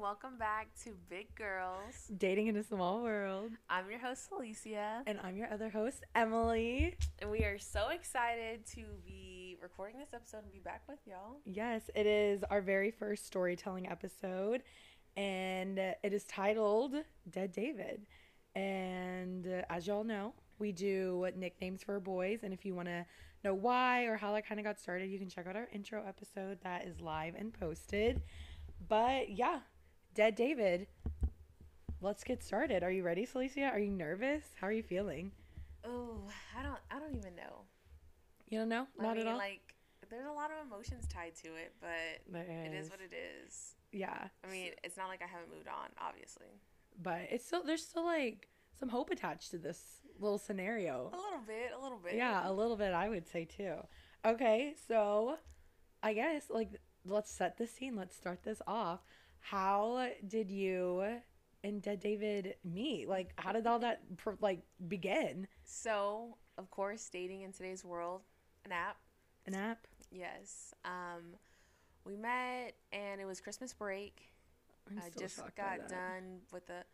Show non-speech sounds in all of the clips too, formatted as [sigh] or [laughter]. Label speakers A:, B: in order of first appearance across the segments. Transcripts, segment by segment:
A: welcome back to Big Girls.
B: Dating in a Small World.
A: I'm your host, Alicia,
B: And I'm your other host, Emily.
A: and we are so excited to be recording this episode and be back with y'all.
B: Yes, it is our very first storytelling episode, and uh, it is titled Dead David. And uh, as y'all know, we do nicknames for boys, and if you want to know why or how that kind of got started, you can check out our intro episode that is live and posted. But yeah, Dead David. Let's get started. Are you ready, Celicia? Are you nervous? How are you feeling?
A: Oh, I don't, I don't even know.
B: You don't know?
A: I
B: Not
A: mean,
B: at all.
A: Like, there's a lot of emotions tied to it, but
B: There
A: it is what it is.
B: Yeah.
A: I mean, it's not like I haven't moved on, obviously.
B: but it's still there's still like some hope attached to this little
A: A
B: scenario.
A: little bit, a little bit.
B: Yeah, a little bit I would say too. Okay, so I guess like let's set the scene. Let's start this off. How did you and Dead David meet? Like how did all that pr- like begin?
A: So, of course, dating in today's world, an app.
B: An app?
A: Yes. Um, we met, and it was Christmas break.
B: I'm
A: I
B: still
A: just
B: shocked by
A: got
B: that.
A: done with a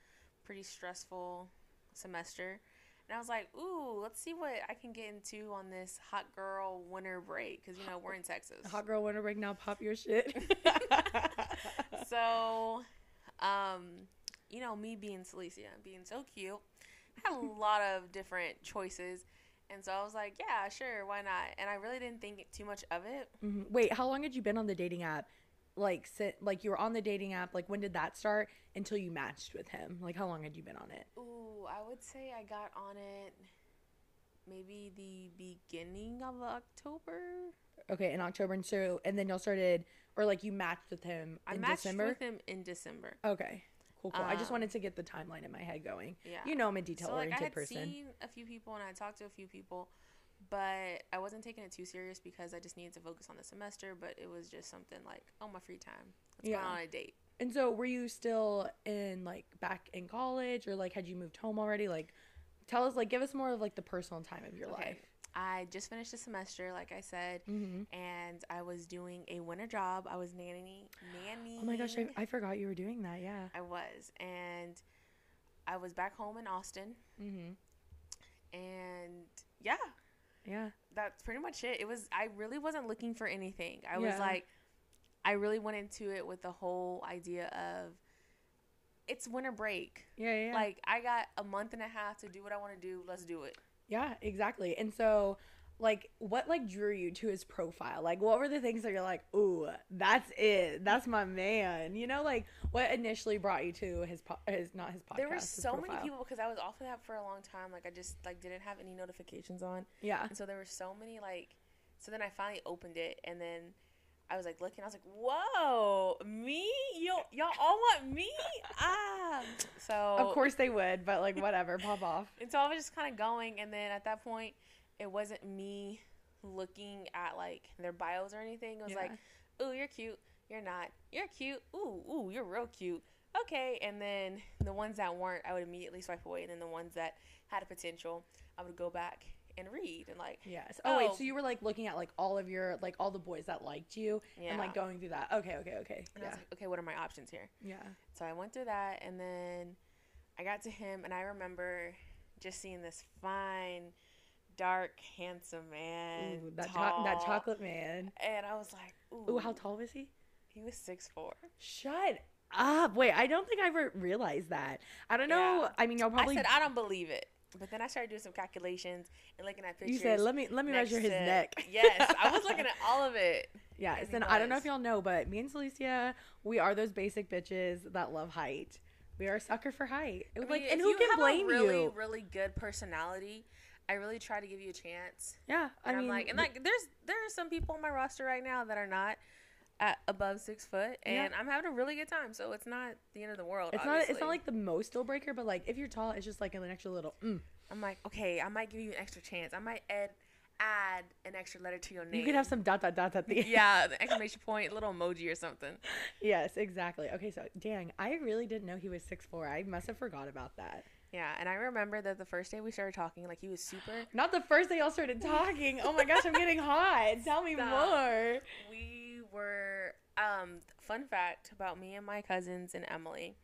A: pretty stressful semester. And I was like, ooh, let's see what I can get into on this hot girl winter break. Because, you know, we're in Texas.
B: Hot girl winter break now. Pop
A: [laughs]
B: your shit. [laughs]
A: so, um, you know, me being Celicia, being so cute, I
B: [laughs]
A: had a lot of different choices. And so I was like, yeah, sure, why not? And I really didn't think too much of it.
B: Mhm. Wait, how long had you been on the dating app? Like, si- like you were on the dating app. Like, when did that start? Until you matched with him. Like, how long had you been on it?
A: Ooh, I would say I got on it maybe the beginning of October.
B: Okay, in October, and so, and then y'all started, or like you matched with him
A: I
B: in
A: matched
B: December.
A: with him in December.
B: okay, cool, cool. I just
A: Um,
B: wanted to get the timeline in my head going.
A: Yeah.
B: You know, I'm a detail
A: so like I
B: oriented
A: had
B: person.
A: seen a few people and I had talked to a few people, but I wasn't taking it too serious because I just needed to focus on the semester. But it was just something like, oh, my free time. Let's
B: Yeah.
A: go on a date.
B: and so, were you still in like back in college, or like had you moved home already? Like, tell us, like, give us more of like the personal time of your
A: Okay.
B: life.
A: I just finished the semester, like I said,
B: hmm
A: and I was doing a winter job. I was nanny, nanny.
B: Oh my gosh, I, I forgot you were doing that. Yeah.
A: I was, and I was back home in Austin, Mm-hmm.
B: hmm
A: and yeah,
B: Yeah.
A: that's pretty much it. It was I really wasn't looking for anything. I was
B: Yeah.
A: like I really went into it with the whole idea of it's winter break.
B: Yeah. Yeah. yeah.
A: Like I got a month and a half to do what I want to do. Let's do it.
B: Yeah, exactly. And so, like, what like drew you to his profile? Like, what were the things that you're like, ooh, that's it, that's my man? You know, like, what initially brought you to his po- his not his podcast?
A: there were
B: his
A: so many
B: profile?
A: people because I was off of that for a long time. Like I just like didn't have any notifications on.
B: [laughs] Yeah,
A: And so there were so many like so then I finally opened it and then I was like looking, I was like, Whoa, me? Yo y'all all want me? Ah so
B: of course they would, but like, whatever, pop off.
A: And so I was just kind of going, and then at that point, it wasn't me looking at like their bios or anything. It was
B: Yeah.
A: like, "Ooh, you're cute. You're not. You're cute. Ooh, ooh, you're real cute. Okay." And then the ones that weren't, I would immediately swipe away, and then the ones that had a potential, I would go back and read and like,
B: Yes. Oh, wait,
A: Oh.
B: so you were like looking at like all of your like all the boys that liked you
A: yeah.
B: and like going through that. Okay, okay, okay.
A: and I
B: Yeah,
A: was like, "Okay, what are my options here?"
B: yeah.
A: So I went through that, and then I got to him, and I remember just seeing this fine, dark, handsome man.
B: Ooh, that cho- that
A: tall,
B: chocolate man.
A: And I was like, ooh,
B: Ooh, how tall was he?
A: He was six four.
B: Shut up. Wait, I don't think I ever realized that. I don't know.
A: Yeah.
B: I mean, y'all probably
A: I said, "Ah, I don't believe it. But then I started doing some calculations and looking at pictures.
B: You said, "Let me let me
A: next
B: measure his
A: to-
B: neck."
A: [laughs] yes, I was
B: [laughs]
A: looking at all of it.
B: Yes,
A: and he
B: and I don't know
A: was.
B: if y'all know, but me and Celicia, we are those basic bitches that love height. We are a sucker for height.
A: I mean,
B: like,
A: if
B: and who
A: you
B: can
A: have
B: blame
A: a really,
B: you?
A: Really good personality. I really try to give you a chance.
B: Yeah, I
A: And I
B: mean,
A: am like, and like, there's there are some people on my roster right now that are not at above six foot,
B: Yeah.
A: and I'm having a really good time. So it's not the end of the world.
B: it's not it's
A: obviously.
B: not like the most deal breaker, but like if you're tall, it's just like an extra little. Mm.
A: I'm like, okay, I might give you an extra chance. I might add add an extra letter to your name.
B: You could have some dot dot dot at the
A: [laughs]
B: end.
A: yeah, the exclamation point, little emoji or something.
B: [laughs] yes, exactly. Okay, so dang, I really didn't know he was six four. I must have forgot about that.
A: Yeah, and I remember that the first day we started talking, like he was super.
B: Not the first day y'all [laughs] started talking. Oh my gosh, I'm getting hot. Tell me
A: Stop.
B: more.
A: [gasps] We were Um, fun fact about me and my cousins and Emily.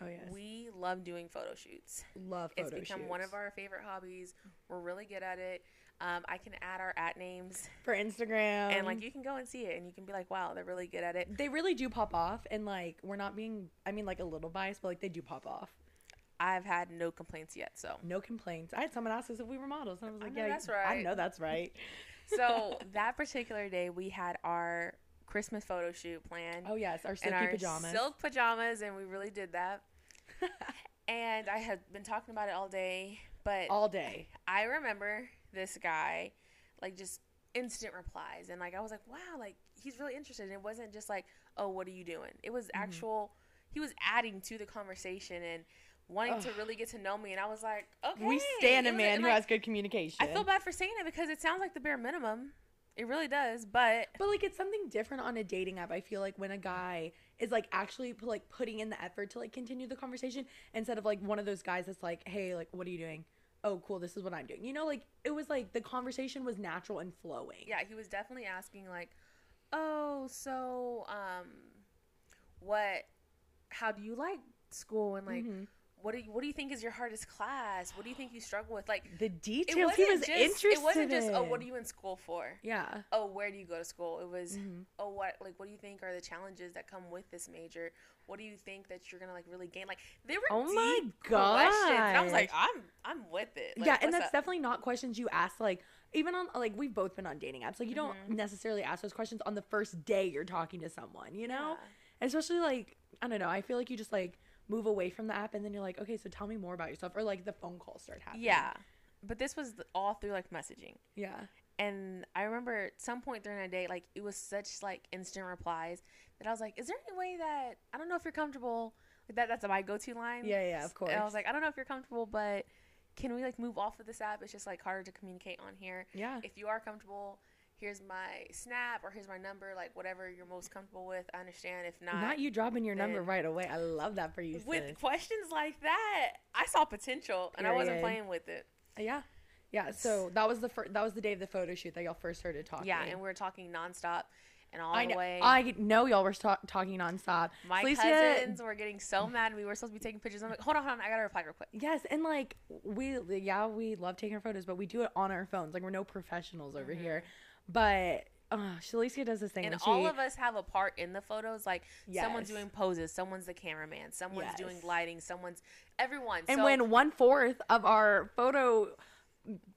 B: Oh yes. We
A: We love doing photo shoots.
B: love photo
A: it's become one
B: shoots.
A: of our favorite hobbies. We're really good at it. Um, I can add our at names,
B: for Instagram
A: and like you can go and see it, and you can be like, "Wow, they're really good at it."
B: they really do pop off and like we're not being I mean like a little biased but like they do pop off.
A: I've had no complaints yet, so
B: No complaints. I had someone ask us if we were models and I was
A: I
B: like
A: know
B: yeah
A: that's
B: I
A: right."
B: know that's right.
A: [laughs] so that particular day we had our Christmas photo shoot planned
B: Oh yes, our
A: and
B: silky
A: our
B: pajamas.
A: silk pajamas, and we really did
B: [laughs]
A: that. and I had been talking about it all day, but
B: all day.
A: I remember this guy, like just instant replies, and like I was like, wow, like he's really interested. And it wasn't just like, oh, what are you doing? It was
B: Mm-hmm.
A: actual. He was adding to the conversation and wanting to
B: Ugh.
A: really get to know me. And I was like, okay,
B: We stand
A: It
B: a
A: was-
B: man
A: and,
B: who
A: like,
B: has good communication.
A: I feel bad for saying it because it sounds like the bare minimum. It really does, but
B: But like it's something different on a dating app. I feel like when a guy is like actually pu- like putting in the effort to like continue the conversation instead of like one of those guys that's like, "Hey, like what are you doing?" "Oh, cool. This is what I'm doing." You know, like it was like the conversation was natural and flowing.
A: yeah, he was definitely asking like, "Oh, so um, what? How do you like school? And like,
B: Mhm.
A: what do you, what do you think is your hardest class? What do you think you struggle with? Like,
B: The details he was interested
A: It wasn't just oh,
B: in.
A: what are you in school for?
B: Yeah.
A: Oh, where do you go to school? It was
B: Mhm.
A: oh, what like what do you think are the challenges that come with this major? What do you think that you're gonna like really gain? Like there were
B: Oh my
A: deep questions, and I was like,
B: gosh.
A: I'm I'm with it. Like,
B: yeah, and
A: what's
B: that's
A: up?
B: definitely not questions you ask like even on like we've both been on dating apps. Like you don't
A: Mhm.
B: necessarily ask those questions on the first day you're talking to someone, you know? especially like i don't know i feel like you just like move away from the app and then you're like okay so tell me more about yourself or like the phone calls start
A: yeah.
B: happening
A: yeah. But this was th- all through like messaging.
B: yeah
A: and I remember at some point during the day, like it was such like instant replies that I was like, "Is there any way that I don't know if you're comfortable?" Like that that's my go-to line.
B: Yeah, yeah, of
A: And I
B: course.
A: was like, "I don't know if you're comfortable, but can we like move off of this app? It's just like harder to communicate on here.
B: yeah
A: If you are comfortable, here's my snap or here's my number, like whatever you're most comfortable with. I understand if not."
B: not you dropping your number
A: then-
B: right away i love that for you
A: with
B: sis.
A: questions like that, I saw potential and I wasn't
B: Period.
A: playing with it.
B: yeah yeah so that was the first that was the day of the photo shoot that y'all first started talking
A: Yeah, and we were talking nonstop and all
B: I
A: the
B: know,
A: way.
B: I know y'all were talk- talking nonstop.
A: My
B: Felicia-
A: cousins were getting so mad. We were supposed to be taking pictures. I'm like, hold on, hold on. I gotta reply real quick.
B: Yes, and like we, yeah, we love taking our photos, but we do it on our phones. Like we're no professionals over here. But uh, Shalicia does this thing,
A: Mm-hmm. And
B: where
A: all
B: she-
A: of us have a part in the photos. Like someone's
B: Yes.
A: doing poses, someone's the cameraman, someone's doing
B: Yes.
A: lighting, someone's everyone.
B: and
A: so
B: when one fourth of our photo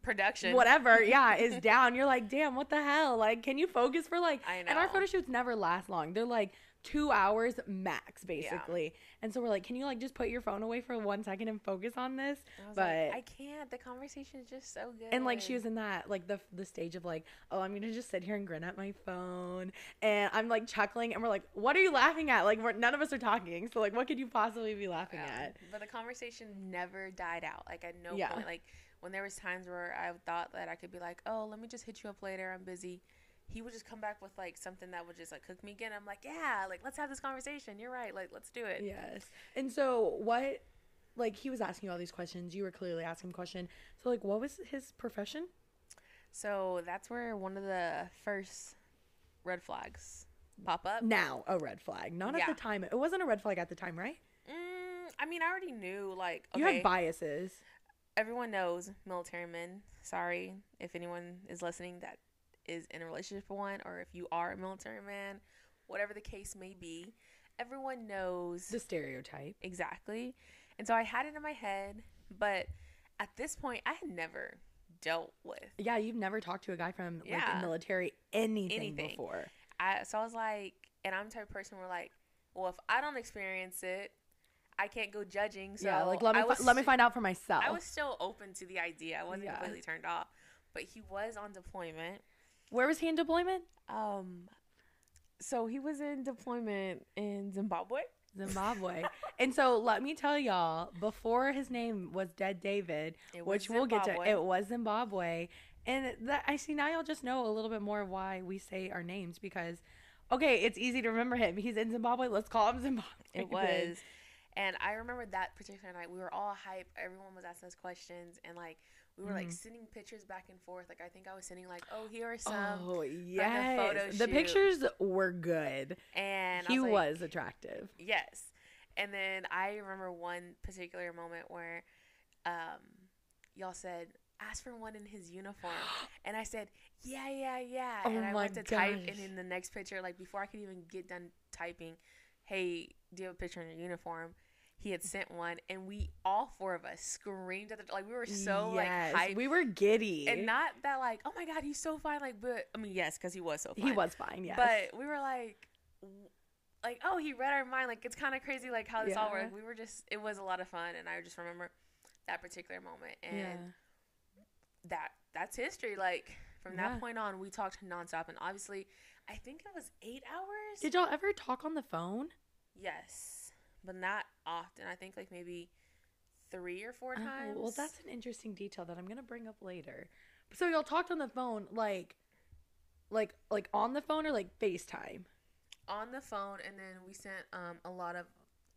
A: production, [laughs]
B: whatever, yeah, is down. You're like, damn, what the hell? Like, can you focus for like?
A: I
B: And our
A: know.
B: photo shoots never last long. They're like two hours max, basically. And so we're like, can you like just put your phone away for one second and focus on this?
A: I was
B: But
A: like, I can't. The conversation is just so good.
B: and like she was in that like the the stage of like, oh, I'm gonna just sit here and grin at my phone, and I'm like chuckling, and we're like, what are you laughing at? Like, we're, none of us are talking, so like, what could you possibly be laughing
A: Yeah.
B: at?
A: But the conversation never died out. Like at no
B: Yeah.
A: point. Like when there was times where I thought that I could be like, oh, let me just hit you up later. I'm busy. He would just come back with like something that would just like cook me again. I'm like, yeah, like let's have this conversation. You're right. Like let's do it.
B: Yes. And so what like he was asking you all these questions. You were clearly asking him question. So like what was his profession?
A: So that's where one of the first red flags pop up.
B: Now a red flag. Not at
A: Yeah.
B: the time. It wasn't a red flag at the time, right?
A: Mm, I mean, I already knew, like,
B: You
A: okay,
B: had biases.
A: everyone knows military men. Sorry if anyone is listening that is in a relationship with one, or if you are a military man, whatever the case may be, everyone knows
B: The stereotype.
A: exactly. And so I had it in my head, but at this point, I had never dealt with
B: Yeah, you've never talked to a guy from like
A: Yeah.
B: military anything,
A: Anything.
B: before.
A: I so I was like, and I'm the type of person where like, well, if I don't experience it, I can't go judging. So
B: yeah, like let me
A: I
B: fi-
A: was
B: let me
A: st-
B: find out for myself.
A: I was still open to the idea. I wasn't
B: Yeah.
A: completely turned off, but he was on deployment.
B: Where was he in deployment?
A: Um, so he was in deployment in Zimbabwe.
B: [laughs] Zimbabwe. and so let me tell y'all, before his name was Dead David,
A: It was
B: which we'll get to,
A: Zimbabwe.
B: it was Zimbabwe. And that I see now y'all just know a little bit more why we say our names because okay, it's easy to remember him. He's in Zimbabwe. Let's call him [laughs] Zimbabwe.
A: It was, Um, and I remember that particular night. We were all hype. Everyone was asking us questions, and like We were like
B: Mm-hmm.
A: sending pictures back and forth. Like I think I was sending like, oh, here are some,
B: oh yes,
A: photo
B: the
A: shoot.
B: pictures were good.
A: and I
B: he
A: was, like,
B: was attractive.
A: Yes. And then I remember one particular moment where um, y'all said, ask for one in his
B: [gasps]
A: uniform. And I said, yeah, yeah, yeah.
B: Oh
A: and I
B: my
A: went to type,
B: gosh.
A: and in the next picture, like before I could even get done typing, hey, do you have a picture in your uniform? He had sent one, and we all four of us screamed at the like we were so
B: Yes,
A: like hyped,
B: we were giddy.
A: and not that like oh my god he's so fine like but I mean yes because he was so fine
B: he was fine. Yes,
A: but we were like, w- like oh, he read our mind. Like it's kind of crazy, like how this all
B: Yeah.
A: worked. We were just, it was a lot of fun, and I just remember that particular moment, and
B: yeah.
A: that that's history. Like from
B: Yeah.
A: that point on, we talked nonstop, and obviously, I think it was eight hours.
B: Did y'all ever talk on the phone?
A: yes, but not often. I think like maybe three or four times.
B: Oh, well, that's an interesting detail that I'm gonna bring up later. So y'all talked on the phone, like, like, like on the phone or like FaceTime.
A: on the phone, and then we sent um a lot of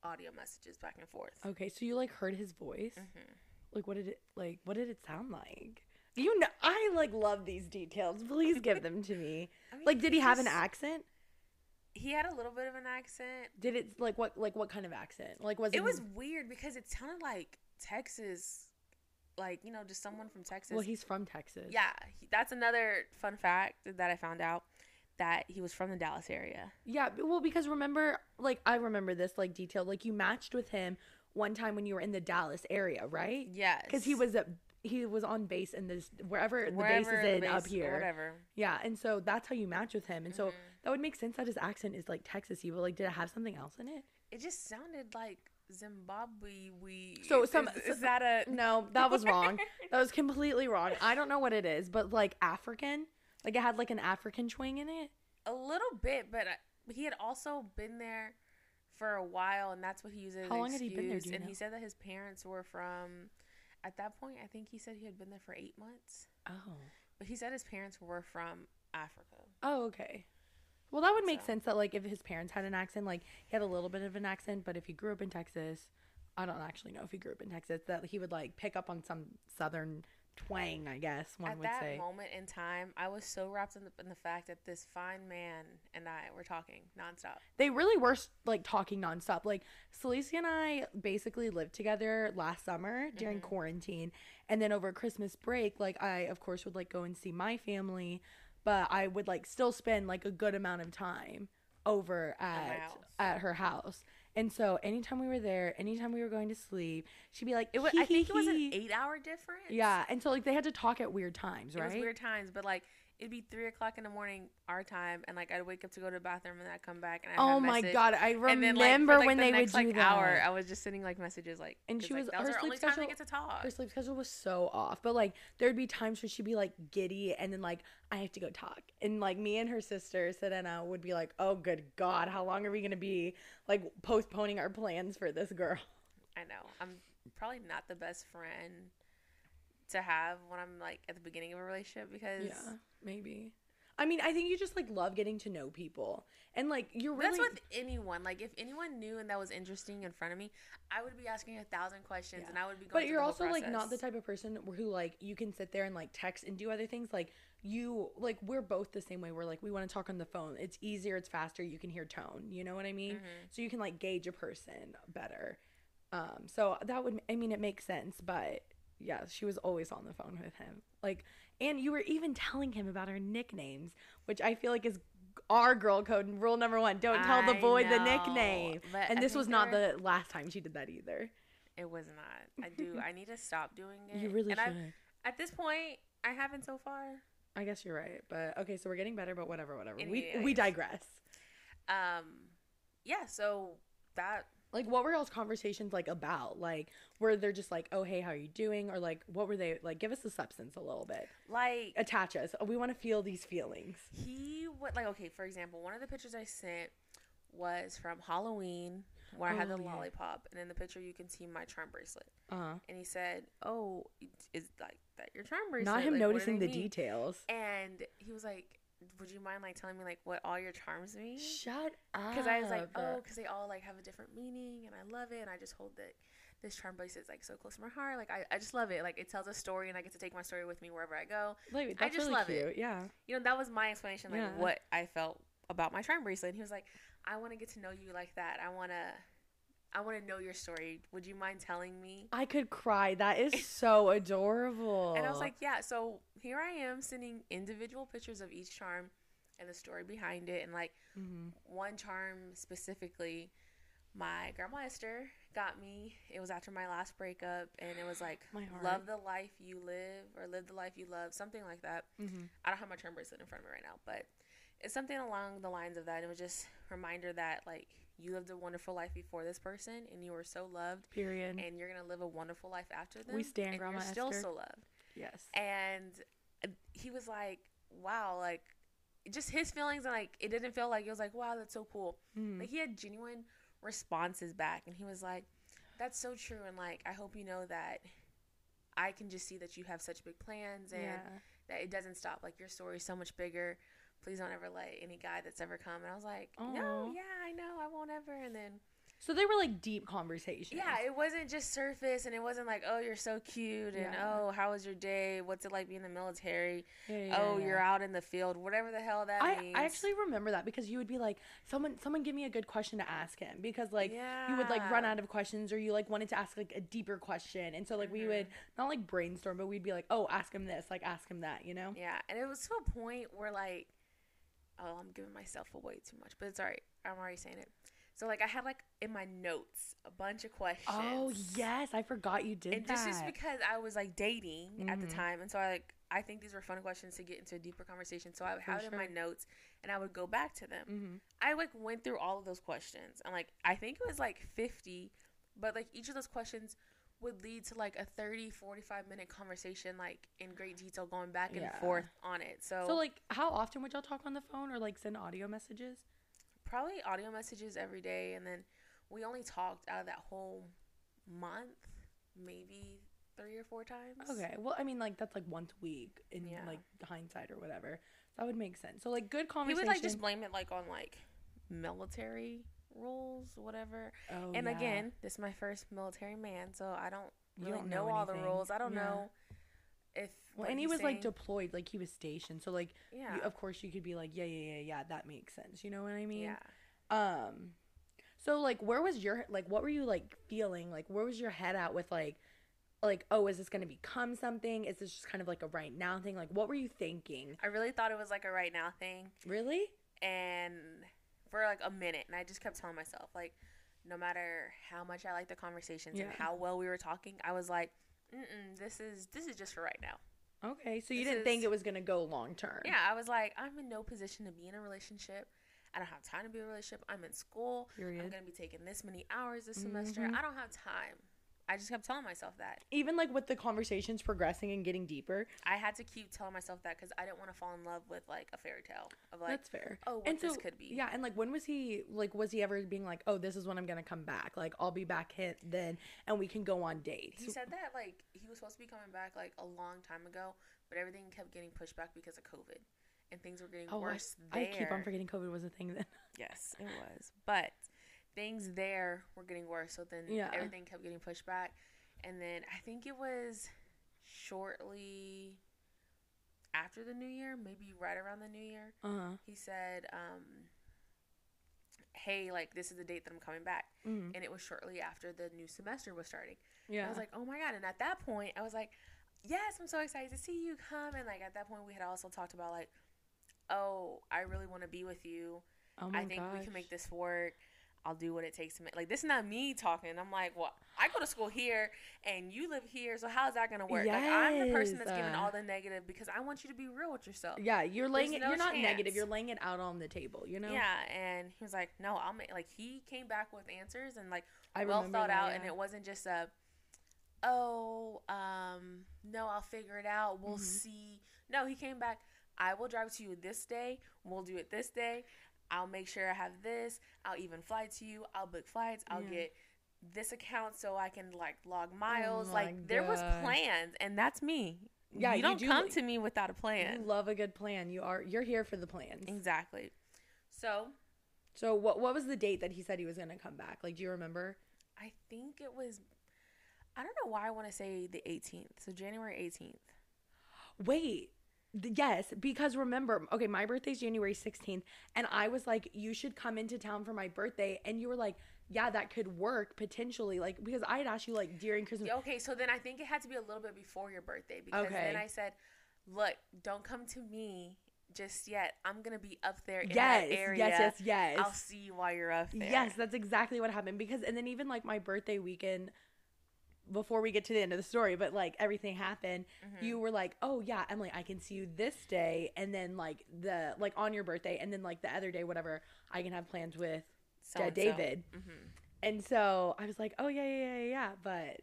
A: audio messages back and forth.
B: Okay, so you like heard his voice.
A: Mhm.
B: Like, what did it like? What did it sound like? You know, I like love these details. Please give them to [laughs] me.
A: I mean,
B: Like, did he have an
A: just-
B: accent?
A: He had a little bit of an accent.
B: Did it like what? Like what kind of accent? Like was it?
A: It was weird because it sounded like Texas, like you know, just someone from Texas.
B: Well, he's from Texas.
A: yeah, he- that's another fun fact that I found out that he was from the Dallas area.
B: Yeah, b- well, because remember, like I remember this like detailed. Like you matched with him one time when you were in the Dallas area, right?
A: Yes,
B: Because he was a he was on base in this wherever the base
A: Wherever
B: is in up
A: base-
B: here.
A: whatever.
B: Yeah, and so that's how you match with him, and so
A: Mhm.
B: that would make sense that his accent is like Texasy, but like did it have something else in it?
A: It just sounded like Zimbabwe. We
B: So
A: is,
B: some-
A: is,
B: so-
A: that a
B: No, that
A: [laughs]
B: was wrong. that was completely wrong. I don't know what it is, but like African, like it had like an African twang in it.
A: a little bit? But I, he had also been there for a while, and that's what he used as
B: How
A: an
B: long had he been there,
A: excuse,
B: do you
A: and
B: know?
A: he said that his parents were from. At that point, I think he said he had been there for eight months.
B: Oh.
A: But he said his parents were from Africa.
B: Oh, okay. Well, that would make
A: So-
B: sense that like if his parents had an accent, like he had a little bit of an accent, but if he grew up in Texas, I don't actually know if he grew up in Texas, that he would like pick up on some southern twang, I guess one
A: At
B: would
A: that
B: say.
A: moment in time, I was so wrapped in the, in the fact that this fine man and I were talking nonstop.
B: They really were like talking nonstop. Like Celestia and I basically lived together last summer during
A: Mm-hmm.
B: quarantine, and then over Christmas break, like I of course would like go and see my family, but I would like still spend like a good amount of time over
A: my
B: at
A: house.
B: at her house. And so anytime we were there, anytime we were going to sleep, she'd be like,
A: It was, I think it was an eight hour difference.
B: Yeah, and so like they had to talk at weird times,
A: It
B: right?
A: was weird times, but like it'd be three o'clock in the morning our time, and like I'd wake up to go to the bathroom, and I'd come back, and I'd
B: Oh
A: have a
B: my
A: message.
B: god, I remember
A: And then, like, for, like,
B: when
A: the
B: they
A: next,
B: would
A: like,
B: do that.
A: hour, I was just sending like messages, like
B: And
A: 'cause,
B: she
A: like,
B: was-
A: that was
B: her
A: our
B: sleep
A: only time
B: schedule-
A: to get to talk.
B: her sleep schedule was so off but like there'd be times when she'd be like giddy and then like i have to go talk and like me and her sister serena would be like oh good god how long are we gonna be like postponing our plans for this
A: [laughs]
B: girl
A: I know I'm probably not the best friend to have when I'm like at the beginning of a relationship because
B: maybe i mean i think you just like love getting to know people and like you're
A: But
B: really
A: That's with anyone. Like if anyone knew and that was interesting in front of me, I would be asking a thousand questions
B: Yeah.
A: and I would be going.
B: but
A: through
B: you're
A: the whole
B: also like not the
A: process.
B: type of person who like you can sit there and like text and do other things like you like we're both the same way we're like we want to talk on the phone it's easier it's faster you can hear tone you know what i
A: Mm-hmm.
B: mean so you can like gauge a person better um so that would i mean it makes sense but yeah she was always on the phone with him like and you were even telling him about our nicknames which i feel like is our girl code and rule number one don't tell the
A: I
B: boy the
A: know,
B: nickname
A: but
B: and
A: I
B: this
A: think
B: was
A: they
B: not
A: were-
B: the last time she did that either
A: It was not. I
B: [laughs]
A: do. I need to stop doing it.
B: you really
A: and
B: should
A: I've, At this point, I haven't so far.
B: I guess you're right, but okay, so we're getting better, but whatever, whatever. We we
A: Anyways.
B: digress.
A: Um, yeah. So that
B: Like, what were y'all's conversations like about? Like, were they just like, oh hey, how are you doing? Or like, what were they like? Give us the substance a little bit.
A: like
B: Attach us. We want to feel these feelings.
A: he would like okay. For example, one of the pictures I sent was from Halloween where I had
B: Oh,
A: the
B: yeah.
A: lollipop, and in the picture you can see my charm bracelet.
B: Uh huh.
A: And he said, "Oh, is like that your charm bracelet?"
B: Not him
A: Like, what do
B: noticing
A: they
B: the
A: mean?
B: details.
A: and he was like, "Would you mind like telling me like what all your charms mean?"
B: Shut up. Ah,
A: oh, Because I was like, "Oh, because they all like have a different meaning, and I love it, and I just hold the this charm bracelet is like so close to my heart. Like I, I just love it. Like it tells a story and I get to take my story with me wherever I go.
B: Like, that's
A: just
B: really
A: love
B: cute.
A: it.
B: Yeah.
A: You know, that was my explanation, like
B: Yeah.
A: what I felt about my charm bracelet. And he was like, I wanna get to know you like that. I wanna I wanna know your story. Would you mind telling me?
B: I could cry. That
A: [laughs]
B: is so adorable.
A: And I was like, yeah, so here I am sending individual pictures of each charm and the story behind it. And like
B: Mhm.
A: one charm specifically, my grandma Esther got me. It was after my last breakup, and it was like,
B: My heart.
A: love the life you live or live the life you love, something like that.
B: Mhm.
A: I don't have my charm bracelet in front of me right now, but it's something along the lines of that. It was just a reminder that like you lived a wonderful life before this person, and you were so loved.
B: period.
A: And you're gonna live a wonderful life after them.
B: Mm-hmm. We stand,
A: and
B: Grandma
A: You're still
B: Esther.
A: so loved
B: yes.
A: and uh, he was like, "Wow!" Like, just his feelings and like it didn't feel like it was like, "Wow, that's so cool."
B: Mhm.
A: Like he had genuine responses back, and he was like, "That's so true," and like I hope you know that I can just see that you have such big plans and
B: Yeah.
A: that it doesn't stop. Like your story is so much bigger. Please don't ever let any guy that's ever come. And I was like, "No,
B: Aw.
A: yeah, I know, I won't ever." And then
B: So they were like deep conversations.
A: yeah, it wasn't just surface, and it wasn't like, "Oh, you're so cute," and
B: Yeah.
A: "Oh, how was your day? What's it like being in the military?"
B: Yeah, yeah,
A: oh,
B: yeah.
A: you're out in the field, whatever the hell that
B: I,
A: means.
B: I actually remember that because you would be like, someone, someone give me a good question to ask him because like you would like run
A: Yeah.
B: out of questions or you like wanted to ask like a deeper question. And so like we
A: Mhm.
B: would not like brainstorm, but we'd be like, oh, ask him this, like ask him that, you know?
A: Yeah, and it was to a point where like, oh, I'm giving myself away too much, but it's alright. I'm already saying it. So like, I had like in my notes a bunch of questions.
B: Oh yes, I forgot you did
A: And
B: that.
A: this is because I was like dating at the
B: Mhm.
A: time, and so I like I think these were fun questions to get into a deeper conversation. So I would
B: For
A: have it in my
B: sure.
A: notes, and I would go back to them.
B: Mhm.
A: I like went through all of those questions and like I think it was like 50, but like each of those questions would lead to like a 30 45 minute conversation like in great detail going back and
B: Yeah.
A: forth on it. So,
B: So like, how often would y'all talk on the phone or like send audio messages?
A: probably audio messages every day and then we only talked out of that whole month maybe 3 or 4 times.
B: Okay. Well, I mean, like that's like once a week in
A: Yeah.
B: like hindsight or whatever. That would make sense. So like good
A: He
B: conversation.
A: would like just blame it like on like military rules whatever.
B: oh,
A: and
B: yeah.
A: again, this is my first military man, so I don't
B: You
A: really
B: don't
A: know,
B: know
A: all the
B: anything.
A: rules. I don't
B: Yeah.
A: know if
B: Well,
A: what
B: and he
A: he's
B: was like
A: saying-
B: deployed, like he was stationed. So like,
A: yeah,
B: you, of course, you could be like, yeah, yeah, yeah, yeah, that makes sense. You know what I mean?
A: yeah.
B: Um. So like, where was your like? What were you like feeling? Like, where was your head at with like, like, oh, is this gonna become something? Is this just kind of like a right now thing? Like, what were you thinking?
A: I really thought it was like a right now thing,
B: Really?
A: and for like a minute, and I just kept telling myself like, no matter how much I liked the conversations and
B: Yeah.
A: how well we were talking, I was like, Mm-mm, this is this is just for right now.
B: Okay, so you
A: This
B: didn't think
A: is-
B: it was gonna go long term.
A: Yeah, I was like, I'm in no position to be in a relationship. I don't have time to be in a relationship. I'm in school. I'm
B: Period.
A: gonna be taking this many hours this semester.
B: Mhm.
A: I don't have time. I just kept telling myself that.
B: Even like with the conversations progressing and getting deeper,
A: I had to keep telling myself that because I didn't want to fall in love with like a fairy tale of like,
B: that's fair.
A: oh, what
B: and
A: this
B: so-
A: could be.
B: Yeah, and like when was he like was he ever being like, oh, this is when I'm gonna come back? Like I'll be back hit then, and we can go on dates.
A: He said that like he was supposed to be coming back like a long time ago, but everything kept getting pushed back because of COVID, and things were getting
B: Oh, I-
A: worse.
B: I
A: there.
B: keep on forgetting COVID was a thing then. [laughs]
A: Yes, it was. But things there were getting worse. So then
B: Yeah.
A: everything kept getting pushed back. And then I think it was shortly after the new year, maybe right around the new year,
B: Uh
A: he said, um, Hey, like, this is the date that I'm coming back.
B: huh. Mm.
A: And it was shortly after the new semester was starting.
B: Yeah.
A: I was like, oh my God. And at that point, I was like, yes, I'm so excited to see you come. And like at that point, we had also talked about, like, oh, I really want to be with you.
B: oh
A: I think we can make this work. I'll do what it takes to make. Like this is not me talking. I'm like, well, I go to school here and you live here, so how's that gonna work? Like I'm the person that's giving
B: Yes.
A: all the negative because I want you to be real with yourself.
B: Yeah, you're laying it.
A: no
B: you're not negative.
A: chance.
B: You're laying it out on the table. You know.
A: Yeah, and he was like, "No, I'll make." Like he came back with answers and like
B: I
A: well
B: remember
A: thought
B: that,
A: out,
B: yeah.
A: and it wasn't just a, "Oh, um, no, I'll figure it out. We'll
B: Mhm.
A: see." No, he came back. I will drive to you this day. We'll do it this day. I'll make sure I have this. I'll even fly to you. I'll book flights. I'll
B: Yeah. Oh
A: get this account so I can like log miles.
B: my
A: like there was
B: gosh.
A: plans, and that's me.
B: Yeah,
A: you
B: you
A: don't
B: do-
A: come to me without a
B: You
A: plan.
B: love a good plan. You are. You're here for the plans.
A: exactly. So
B: So what? What was the date that he said he was gonna come back? Like, do you remember?
A: I think it was I don't know why I want to say the 18th. So January 18th.
B: Wait. Th- Yes, because remember, okay, my birthday's January 16th, and I was like, you should come into town for my birthday. And you were like, yeah, that could work potentially. Like, because I had asked you, like, during Christmas.
A: Okay, so then I think it had to be a little bit before your birthday because
B: Okay.
A: then I said, "Look, don't come to me just yet. I'm gonna be up there in
B: Yes,
A: that area.
B: yes, yes, yes.
A: I'll see you while you're up there.
B: Yes, that's exactly what happened. Because, and then even like my birthday weekend, before we get to the end of the story, but like everything happened,
A: Mm-hmm.
B: you were like, oh yeah, Emily, I can see you this day. And then like the, like on your birthday, and then like the other day, whatever, I can have plans with
A: So Mm-hmm.
B: Dad David. And so I was like, oh yeah, yeah, yeah, yeah, yeah. But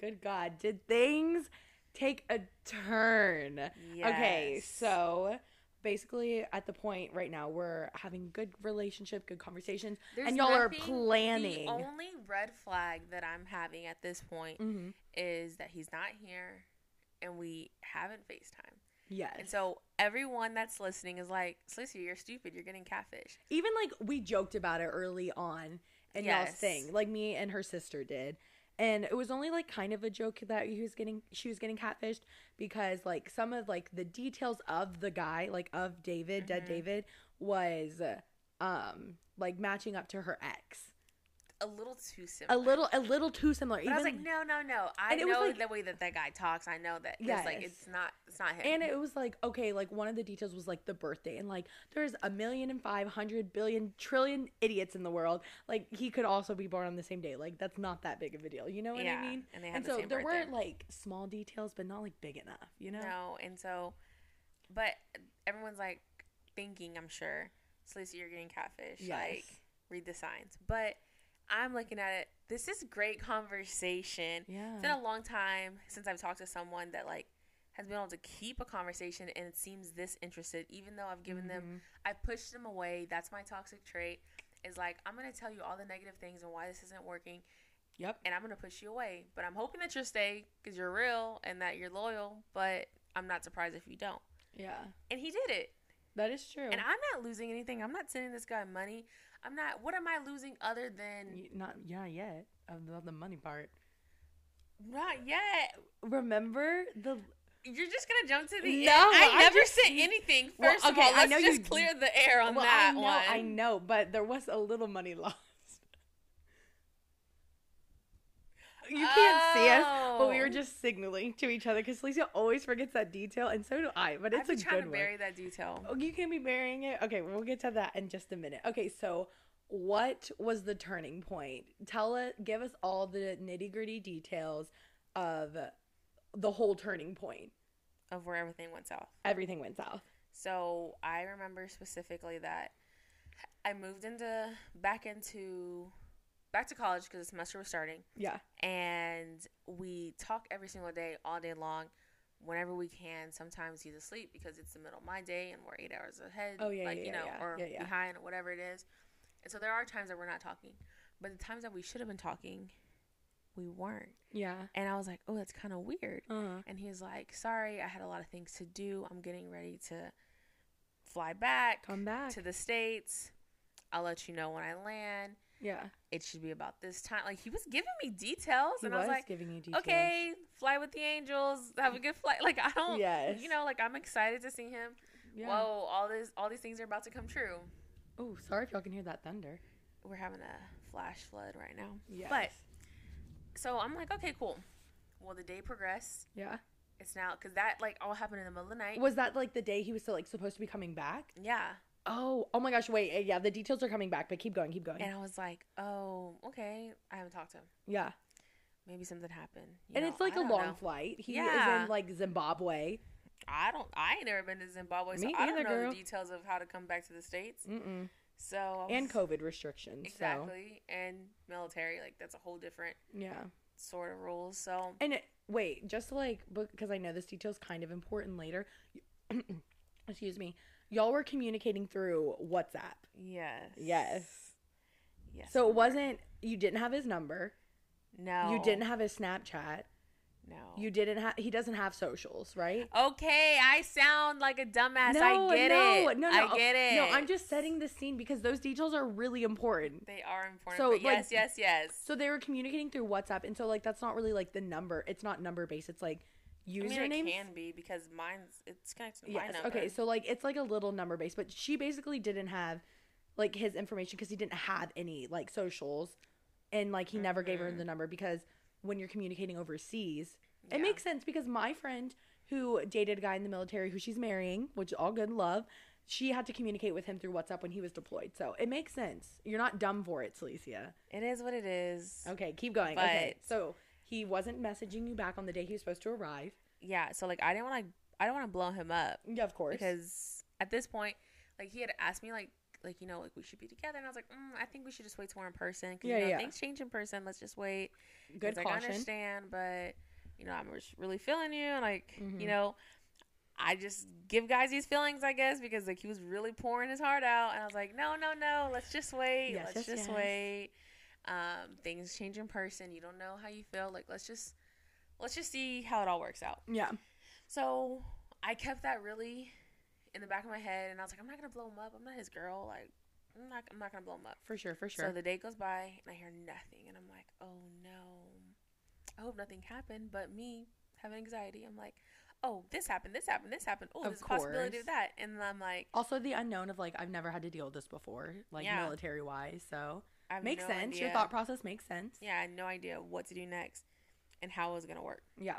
B: good God, did things take a turn? Okay,
A: Yes.
B: so basically at the point right now we're having good relationship, good conversations,
A: There's
B: and y'all are
A: nothing-
B: planning.
A: The only red flag that I'm having at this point
B: Mhm.
A: is that he's not here, and we haven't Facetime.
B: Yes.
A: And so everyone that's listening is like, "Slissia, you're stupid. You're getting catfish."
B: Even like we joked about it early on and y'all's
A: Yes.
B: thing, like me and her sister did. And it was only like kind of a joke that he was getting she was getting catfished because like some of like the details of the guy, like of David, dead
A: Mhm.
B: David, was um like matching up to her ex.
A: A little too similar.
B: A little a little too similar.
A: But I was like, no, no, no. I
B: And it was
A: know
B: like-
A: the way that that guy talks. I know that. It's like
B: Yes.
A: it's not. It's not him.
B: and it was like okay like one of the details was like the birthday and like there's a million and five hundred billion trillion idiots in the world like he could also be born on the same day like that's not that big of a deal you know what
A: yeah.
B: i mean
A: And they had
B: and
A: the
B: so
A: same
B: there
A: birthday.
B: were like small details but not like big enough you know
A: no. And so, but everyone's like thinking. I'm sure, Slissi, you're getting catfish. Like, read the signs. But I'm looking at it. This is great conversation. It's been
B: yeah
A: a long time since I've talked to someone that like has been able to keep a conversation and it seems this interested, even though I've given them
B: Mhm.
A: I push them away. That's my toxic trait. Is like I'm gonna tell you all the negative things and why this isn't working,
B: yep
A: and I'm gonna push you away. But I'm hoping that you'll stay because you're real and that you're loyal. But I'm not surprised if you don't.
B: yeah
A: And he did it.
B: that is true
A: And I'm not losing anything. I'm not sending this guy money. I'm not. What am I losing other than
B: Y- not yeah yet of the, of the money part
A: not yet?
B: remember the
A: You're just gonna jump to the
B: No,
A: end. I
B: I
A: never
B: just-
A: said anything.
B: Well,
A: First
B: okay,
A: of all,
B: I
A: let's
B: know you
A: just
B: d-
A: clear the air on
B: well,
A: that
B: I know,
A: one.
B: I know, but there was a little money [laughs] lost. You can't see us, but we were
A: Oh.
B: just signaling to each other because Lisa always forgets that detail, and so do I. But
A: I've
B: it's a
A: been trying
B: good
A: to
B: one.
A: bury that detail.
B: Oh, you can be burying it. Okay, we'll get to that in just a minute. Okay, so what was the turning point? Tell us, give us all the nitty gritty details of the whole turning point.
A: of where everything went south.
B: Everything went south.
A: So I remember specifically that I moved into back into back to college because the semester was starting,
B: Yeah.
A: and we talk every single day, all day long, whenever we can. Sometimes he's asleep because it's the middle of my day and we're eight hours ahead.
B: Oh, yeah,
A: like
B: yeah,
A: you
B: yeah,
A: know,
B: yeah,
A: or
B: yeah, yeah.
A: behind or whatever it is. And so there are times that we're not talking, but the times that we should have been talking, we weren't.
B: Yeah.
A: And I was like, oh, that's kind of weird.
B: Uh-huh.
A: And he was like, Sorry, I had a lot of things to do. I'm getting ready to fly back
B: Come back.
A: to the States. I'll let you know when I land.
B: yeah.
A: It should be about this time. Like, he was giving me details.
B: He
A: and I was like,
B: giving you details.
A: Okay, fly with the angels. Have a good flight. Like, I don't,
B: Yes.
A: you know, like, I'm excited to see him. Whoa, all this, all these things are about to come true.
B: Oh, sorry if y'all can hear that thunder.
A: We're having a flash flood right now.
B: Yeah.
A: But- So I'm like, Okay, cool. Well, the day progressed.
B: yeah.
A: It's now, because that, like, all happened in the middle of the night.
B: Was that like the day he was still like supposed to be coming back?
A: yeah.
B: Oh, oh my gosh, wait. uh, Yeah, the details are coming back, but keep going, keep going.
A: And I was like, oh, okay. I haven't talked to him.
B: yeah.
A: Maybe something happened. You
B: And
A: know,
B: it's like
A: I
B: a
A: don't
B: long
A: know.
B: flight. He is
A: Yeah.
B: in like Zimbabwe.
A: I don't. I ain't never been to Zimbabwe, so
B: Me
A: I don't
B: either,
A: know
B: girl.
A: the details of how to come back to the states.
B: Mm-mm.
A: So I was,
B: And COVID restrictions.
A: exactly, and military. Like that's a whole different
B: So, yeah.
A: sort of rules. So
B: And it, wait, just to, like because I know this detail is kind of important later. [clears throat] Excuse me. Y'all were communicating through WhatsApp.
A: yes,
B: Yes.
A: yes.
B: So
A: we
B: it
A: were.
B: wasn't you didn't have his number.
A: No,
B: You didn't have his Snapchat.
A: No.
B: You didn't have. He doesn't have socials, right?
A: Okay, I sound like a dumbass. I get
B: no,
A: it.
B: No, no,
A: I get it.
B: No, I'm just setting the scene because those details are really important.
A: They are important.
B: So,
A: but
B: like-
A: yes, yes, yes.
B: So they were communicating through WhatsApp, and so like that's not really like the number. It's not number based. It's like
A: I
B: usernames.
A: mean, it can be because mine's it's connected to my
B: yes.
A: number.
B: Okay. So like it's like a little number based, but she basically didn't have like his information because he didn't have any like socials, and like he never gave her
A: Mhm.
B: the number because when you're communicating overseas,
A: Yeah.
B: it makes sense because my friend who dated a guy in the military who she's marrying, which is all good and love, she had to communicate with him through WhatsApp when he was deployed. So it makes sense. You're not dumb for it, Celicia.
A: it is what it is.
B: Okay, keep going. okay,
A: But-
B: so he wasn't messaging you back on the day he was supposed to arrive.
A: Yeah. So like, I didn't want to. I don't want to blow him up
B: Yeah, of course.
A: because at this point, like he had asked me like like you know like we should be together, and I was like, mm, I think we should just wait till we're in person. 'cause,
B: Yeah,
A: you know,
B: yeah.
A: Things change in person. Let's just wait.
B: good
A: He's like, I
B: caution.
A: understand, but you know, I'm just really feeling you, and like
B: Mhm.
A: you know, I just give guys these feelings, I guess, because like he was really pouring his heart out, and I was like, no, no, no, let's just wait,
B: Yes,
A: let's
B: yes,
A: just
B: yes.
A: wait. Um, things change in person. You don't know how you feel. Like let's just let's just see how it all works out.
B: yeah.
A: So I kept that really in the back of my head, and I was like, I'm not gonna blow him up. I'm not his girl. Like I'm not I'm not gonna blow him up.
B: For sure, for
A: So the day goes by and I hear nothing, and I'm like, oh no. I hope nothing happened, but me having anxiety, I'm like, oh, this happened, this happened, this happened. Oh,
B: Of
A: there's a possibility
B: course.
A: of that. And I'm like,
B: also the unknown of like I've never had to deal with this before, like
A: Yeah.
B: military wise. So
A: I have
B: makes
A: no
B: sense. Your
A: idea.
B: thought process makes sense.
A: Yeah, I had no idea what to do next and how it was going to work.
B: Yeah.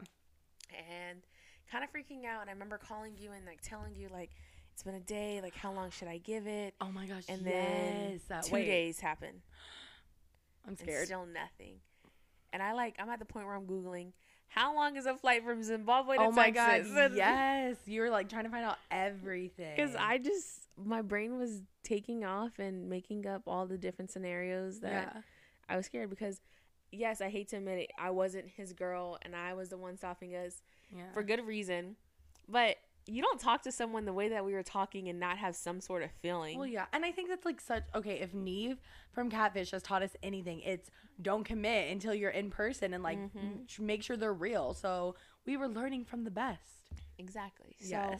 A: And kind of freaking out. And I remember calling you and like telling you, like, it's been a day. Like, how long should I give it?
B: Oh my gosh.
A: And then
B: yes. Uh,
A: Two
B: wait,
A: days happen.
B: I'm
A: and
B: scared.
A: still nothing. And I like, I'm at the point where I'm Googling, how long is a flight from Zimbabwe to
B: Oh my god.
A: Texas? [laughs]
B: yes. You were like trying to find out everything.
A: Because I just, my brain was taking off and making up all the different scenarios that
B: yeah.
A: I was scared because, yes, I hate to admit it, I wasn't his girl and I was the one stopping us
B: yeah.
A: for good reason. But you don't talk to someone the way that we were talking and not have some sort of feeling.
B: well, yeah, and I think that's like such okay. If Neve from Catfish has taught us anything, it's don't commit until you're in person and like
A: Mhm.
B: m- tr- make sure they're real. So we were learning from the best.
A: exactly. So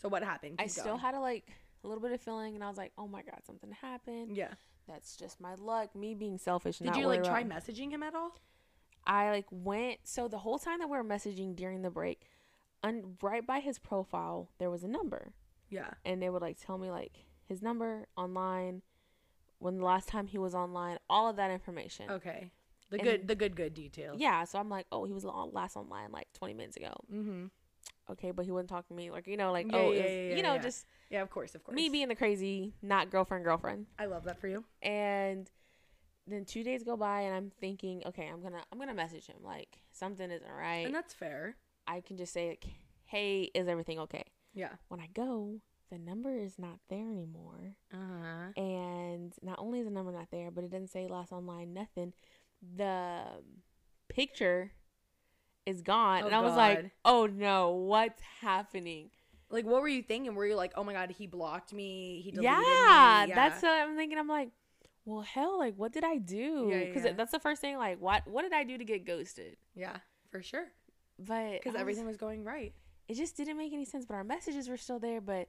B: So what happened?
A: I
B: Keep
A: still
B: going.
A: had a like, a little bit of feeling, and I was like, "Oh my god, something happened."
B: Yeah.
A: That's just my luck. Me being selfish.
B: Did
A: not
B: you like
A: worried
B: try
A: about-
B: messaging him at all?
A: I like went so the whole time that we were messaging during the break, un- right by his profile there was a number,
B: Yeah.
A: and they would like tell me like his number online, when the last time he was online, all of that information.
B: Okay. The
A: And-
B: good, the good, good details.
A: Yeah, so I'm like, oh, he was on- last online like 20 minutes ago.
B: Mm-hmm.
A: Okay, but he wouldn't talk to me. Like, you know, like,
B: Yeah,
A: oh,
B: yeah,
A: it was-
B: yeah, yeah,
A: you know,
B: yeah.
A: just
B: Yeah. Of course. Of course.
A: me being the crazy, not girlfriend, girlfriend.
B: I love that for you.
A: and then two days go by and i'm thinking okay i'm gonna i'm gonna message him like something isn't right
B: And that's fair.
A: i can just say like hey is everything okay
B: Yeah.
A: when i go the number is not there anymore
B: Uh-huh.
A: and not only is the number not there but it doesn't say last online nothing the picture is gone
B: Oh,
A: and i was like
B: God.
A: oh no what's happening
B: Like, what were you thinking? Were you like, oh my god, he blocked me. He deleted
A: yeah,
B: me.
A: that's what I'm thinking. I'm like, well, hell, like, what did I do?
B: Yeah, yeah,
A: Because
B: yeah.
A: that's the first thing. Like, what what did I do to get ghosted?
B: yeah, for sure.
A: But
B: Because
A: I was-
B: everything was going right.
A: it just didn't make any sense. But our messages were still there, but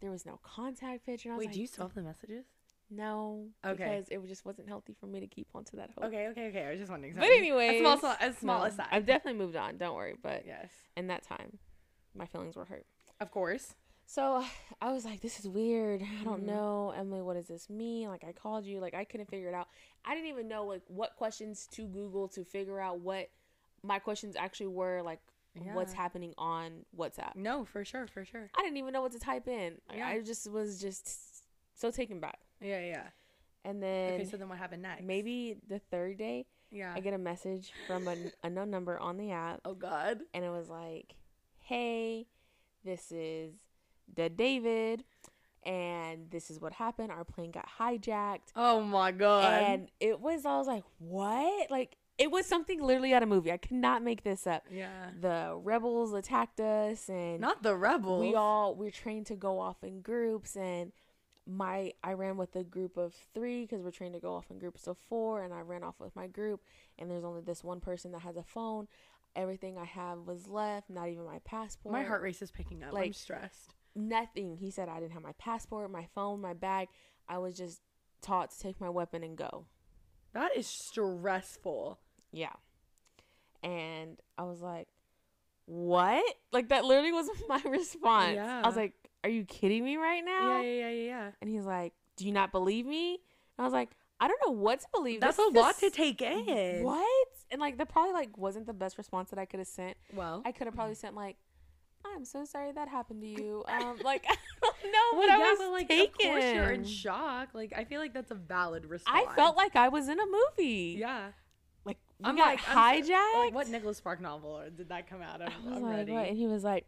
A: there was no contact picture. And I was like,
B: still have the messages?
A: no,
B: Okay.
A: because it just wasn't healthy for me to keep onto that hope.
B: Okay. Okay. Okay. I was just wondering.
A: But
B: something.
A: anyway,
B: a small, so- a small
A: no,
B: aside.
A: I've definitely moved on. Don't worry. But
B: yes.
A: in that time, my feelings were hurt.
B: Of course.
A: So I was like, this is weird. I don't
B: Mhm.
A: know. Emily, what does this mean? Like, I called you. Like, I couldn't figure it out. I didn't even know, like, what questions to Google to figure out what my questions actually were, like, what's
B: Yeah.
A: happening on WhatsApp.
B: No, for sure. For sure.
A: I didn't even know what to type in. Like,
B: Yeah.
A: I just was just so taken back.
B: Yeah. Yeah.
A: And then
B: okay. So then what happened next?
A: maybe the third day,
B: Yeah.
A: I get a message from an unknown number on the app.
B: oh God.
A: and it was like, "Hey, this is the David, and this is what happened. Our plane got hijacked."
B: Oh my God.
A: and it was, I was like, "What?" Like it was something literally out of movie. I could not make this up.
B: yeah.
A: The rebels attacked us, and
B: Not the rebels.
A: we all we're trained to go off in groups and my I ran with a group of three because we're trained to go off in groups of four, and I ran off with my group, and there's only this one person that has a phone. Everything I have was left, not even my passport.
B: My heart race is picking up. I'm
A: Like-
B: stressed.
A: Nothing. He said I didn't have my passport, my phone, my bag. I was just taught to take my weapon and go.
B: That is stressful.
A: Yeah. And I was like, what? Like, that literally was [laughs] my response. I
B: Yeah.
A: was like, are you kidding me right now?
B: Yeah, yeah, yeah, yeah.
A: And he's like, do you not believe me? And I was like, I don't know what to
B: yeah.
A: believe.
B: That's
A: This
B: a
A: is
B: lot
A: the
B: to take in.
A: What? And like that probably like wasn't the best response that I could have sent.
B: Well,
A: I could have probably sent like, "I'm so sorry that happened to you." Um, [laughs] like I don't know
B: well,
A: what
B: yeah,
A: I was
B: Oh but like, of
A: taken.
B: course you're in shock. Like, I feel like that's a valid response.
A: I felt like I was in a movie.
B: yeah.
A: Like we
B: I'm
A: got
B: like, I'm
A: hijacked.
B: so- Like, what Nicholas Spark novel or did that come out of?
A: I was
B: I'm
A: like,
B: ready.
A: what? And he was like,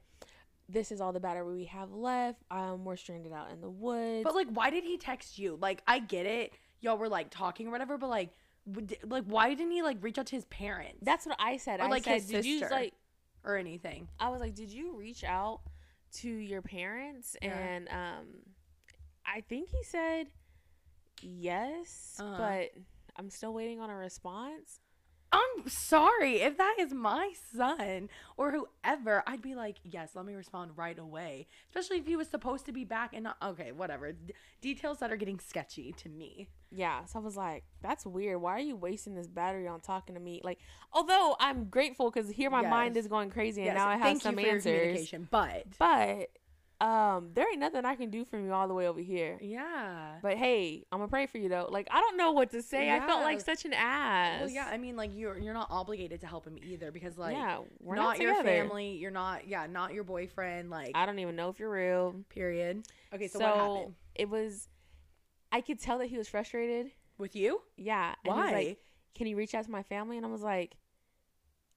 A: "This is all the battery we have left. Um, we're stranded out in the woods."
B: But like, why did he text you? Like, I get it. Y'all were like talking or whatever, but like, w- d- like, why didn't he like reach out to his parents
A: that's what I said.
B: Or,
A: I
B: like,
A: said,
B: his
A: "Did you
B: sister.
A: like?"
B: or anything?
A: I was like, "Did you reach out to your parents?"
B: Yeah.
A: And um, I think he said yes,
B: Uh-huh.
A: but I'm still waiting on a response.
B: I'm sorry if that is my son or whoever. I'd be like, yes, let me respond right away. Especially if he was supposed to be back and not. Okay, whatever. D- details that are getting sketchy to me.
A: Yeah, so I was like, "That's weird. Why are you wasting this battery on talking to me?" Like, although I'm grateful because here my mind
B: Yes.
A: is going crazy, and
B: Yes,
A: now I have
B: thank
A: some
B: you for your
A: answers.
B: communication, but
A: But um, there ain't nothing I can do from you all the way over here.
B: yeah.
A: But hey, I'm gonna pray for you though. Like, I don't know what to say. I felt like
B: Yeah.
A: such an ass.
B: Well, yeah, I mean, like you're you're not obligated to help him either because like
A: yeah, we're
B: not,
A: not,
B: your
A: together.
B: family, you're not yeah, not your boyfriend. Like
A: I don't even know if you're real.
B: period. Okay, so,
A: so
B: what happened
A: it was, I could tell that he was frustrated.
B: with you?
A: Yeah. And
B: Why?
A: He's like, Can you reach out to my family? And I was like,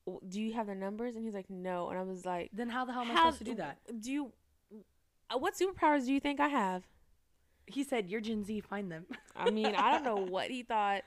A: "W- Do you have their numbers? And he's like, No. And I was like,
B: then how the hell am I
A: "How
B: supposed to do that?
A: Do you? uh, What superpowers do you think I have?
B: He said, "You're Gen Z. Find them." [laughs]
A: I mean, I don't know what he thought.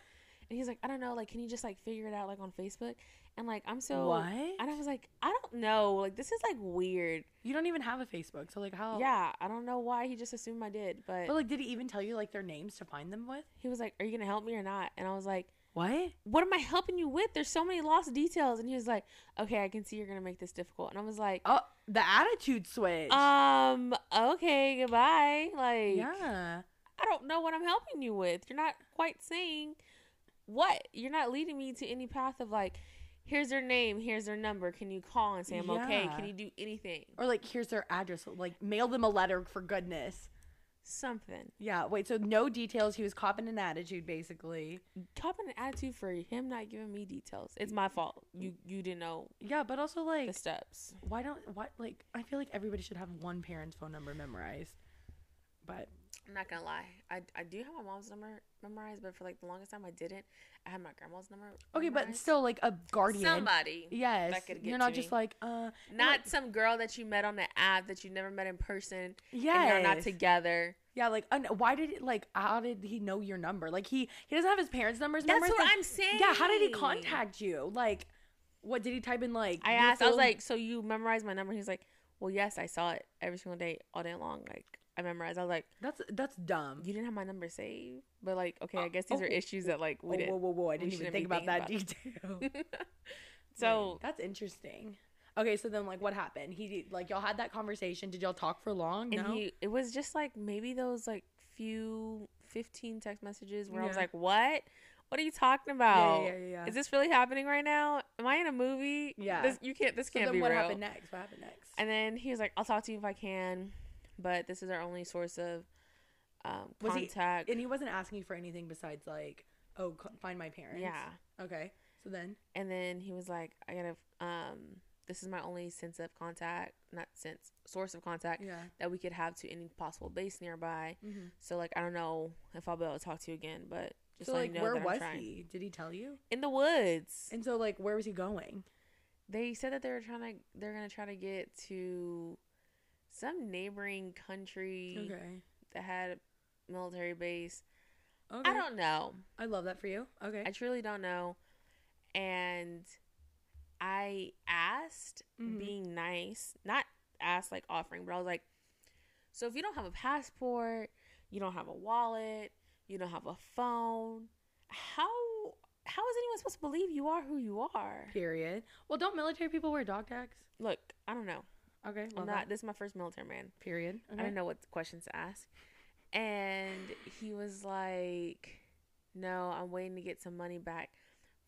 A: And he's like, I don't know. Like, can you just like figure it out like on Facebook? And like, I'm so.
B: what?
A: And I was like, I don't know. Like, this is like weird.
B: you don't even have a Facebook, so like how?
A: Yeah, I don't know why he just assumed I did, but
B: But like, did he even tell you like their names to find them with?
A: he was like, "Are you gonna help me or not?" And I was like,
B: What?
A: what am I helping you with? There's so many lost details. And he was like, okay, I can see you're going to make this difficult. And I was like,
B: Oh, the attitude switch.
A: um, okay, goodbye. Like,
B: yeah.
A: I don't know what I'm helping you with. You're not quite saying what? You're not leading me to any path of like, here's their name, here's their number. Can you call and say I'm okay?
B: Yeah.
A: Can you do anything?
B: Or like, here's their address. Like, mail them a letter for goodness.
A: Something.
B: Yeah. Wait. So no details. He was copping an attitude, basically.
A: Copping an attitude for him not giving me details. It's my fault. You you didn't know
B: Yeah, but also like,
A: the steps.
B: why don't why like I feel like everybody should have one parent's phone number memorized. But
A: I'm not gonna lie. I, I do have my mom's number memorized, but for like the longest time I didn't. I had my grandma's number.
B: okay, but
A: memorized.
B: still like a guardian.
A: somebody,
B: Yes,
A: that could get
B: you're
A: to
B: not just
A: me.
B: like uh.
A: not some girl that you met on the app that you never met in person, and
B: Yeah,
A: you're not together.
B: yeah. Like, un- why did it, like? How did he know your number? Like, he he doesn't have his parents' numbers.
A: That's
B: memorized,
A: what
B: like,
A: I'm saying.
B: Yeah, how did he contact you? Like, what did he type in? Like,
A: I
B: your
A: asked. I was
B: phone-
A: like, "So you memorized my number?" He's like, "Well, yes, I saw it every single day, all day long. Like I memorized." I was like,
B: that's that's dumb.
A: "You didn't have my number saved?" But like, okay, I guess these
B: oh,
A: are issues that like we
B: oh, whoa,
A: didn't.
B: whoa, whoa! I
A: we
B: didn't even
A: shouldn't
B: think
A: be
B: about that
A: thinking
B: detail. [laughs]
A: [laughs] So
B: that's interesting. Okay, so then like, what happened? He like y'all had that conversation. Did y'all talk for long?
A: and
B: no.
A: he it was just like maybe those like few 15 text messages where i was
B: Yeah.
A: like what what are you talking
B: yeah,
A: about
B: yeah, yeah, yeah.
A: is this really happening right now am i in a movie
B: Yeah.
A: this, you can't this
B: So
A: can't
B: then
A: be
B: what
A: real
B: happened next? What happened next?
A: and then he was like i'll talk to you if i can but this is our only source of um
B: Was he-
A: contact
B: and he wasn't asking you for anything besides like, oh, c- find my parents.
A: yeah
B: Okay. So then,
A: and then he was like i gotta um this is my only sense of contact not sense source of contact
B: yeah.
A: that we could have to any possible base nearby
B: Mm-hmm.
A: So like I don't know if I'll be able to talk to you again, but just
B: So
A: let you
B: like,
A: know
B: where
A: that
B: was
A: I'm trying.
B: he? Did he tell you?
A: In the woods.
B: And so like, where was he going?
A: they said that they were trying to they're gonna try to get to some neighboring country
B: Okay.
A: that had a military base.
B: Okay.
A: I don't know.
B: I love that for you. Okay.
A: I truly don't know. And I asked,
B: Mhm.
A: being nice, not asked like offering, but I was like, so if you don't have a passport, you don't have a wallet, you don't have a phone, how how is anyone supposed to believe you are who you are?
B: Period. Well, don't military people wear dog tags?
A: Look, I don't know.
B: Okay.
A: I'm
B: love
A: not.
B: that.
A: This is my first military man.
B: Period.
A: I
B: Okay.
A: don't know what questions to ask. And he was like, No, I'm waiting to get some money back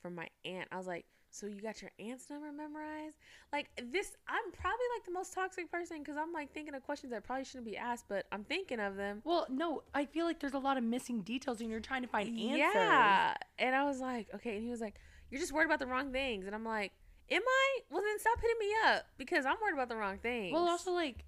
A: from my aunt. I was like, So you got your aunt's number memorized? Like, this, I'm probably like the most toxic person because I'm like thinking of questions that probably shouldn't be asked, but I'm thinking of them.
B: Well, no, I feel like there's a lot of missing details and you're trying to find answers.
A: Yeah. And I was like, Okay. And he was like, You're just worried about the wrong things. And I'm like, Am I? Well, then stop hitting me up because I'm worried about the wrong things.
B: Well, also like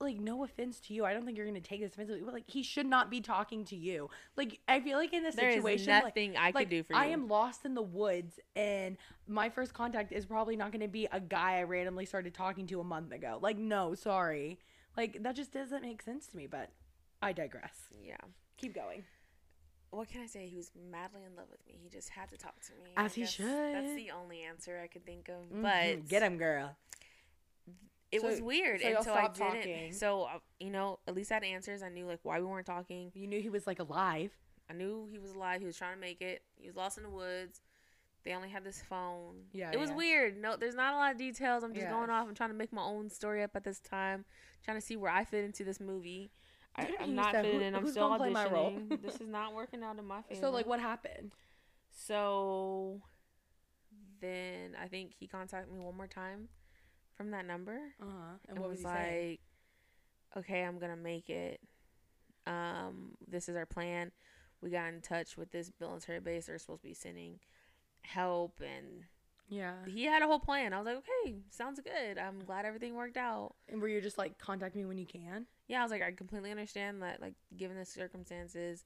B: like no offense to you. I don't think you're going to take this offensively. But like he should not be talking to you. Like I feel like in this
A: there is
B: situation like-
A: nothing I could
B: like,
A: do for you.
B: I am lost in the woods, and my first contact is probably not going to be a guy I randomly started talking to a month ago. Like, no, sorry. Like, that just doesn't make sense to me, but I digress.
A: Yeah.
B: Keep going.
A: what can I say? He was madly in love with me. He just had to talk to me.
B: As
A: I
B: he
A: guess That's
B: should.
A: the only answer I could think of.
B: Mhm,
A: But
B: get him, girl.
A: it
B: So-
A: was weird,
B: so
A: and
B: y'all
A: so I
B: stopped
A: didn't.
B: talking.
A: So uh, you know, at least I had answers. I knew like why we weren't talking.
B: You knew he was like alive.
A: I knew he was alive. He was trying to make it. He was lost in the woods. They only had this phone.
B: Yeah,
A: it was
B: yeah.
A: weird. No, there's not a lot of details. I'm just going
B: Yes.
A: off. I'm trying to make my own story up at this time. Trying to see where I fit into this movie. I, I'm
B: You
A: not
B: said,
A: fitting
B: "Who-
A: in. I'm
B: who's
A: still
B: gonna play my role?"
A: auditioning. this is not working out in my favor.
B: [laughs] So, like, what happened?
A: So then I think he contacted me one more time from that number
B: Uh huh.
A: and was like, "Okay, I'm gonna make it. Um, this is our plan. We got in touch with this military base. They're supposed to be sending help, and
B: Yeah.
A: he had a whole plan. I was like, okay, sounds good. I'm glad everything worked out.
B: And were you just like, contact me when you can?
A: Yeah, I was like, I completely understand that, like, given the circumstances,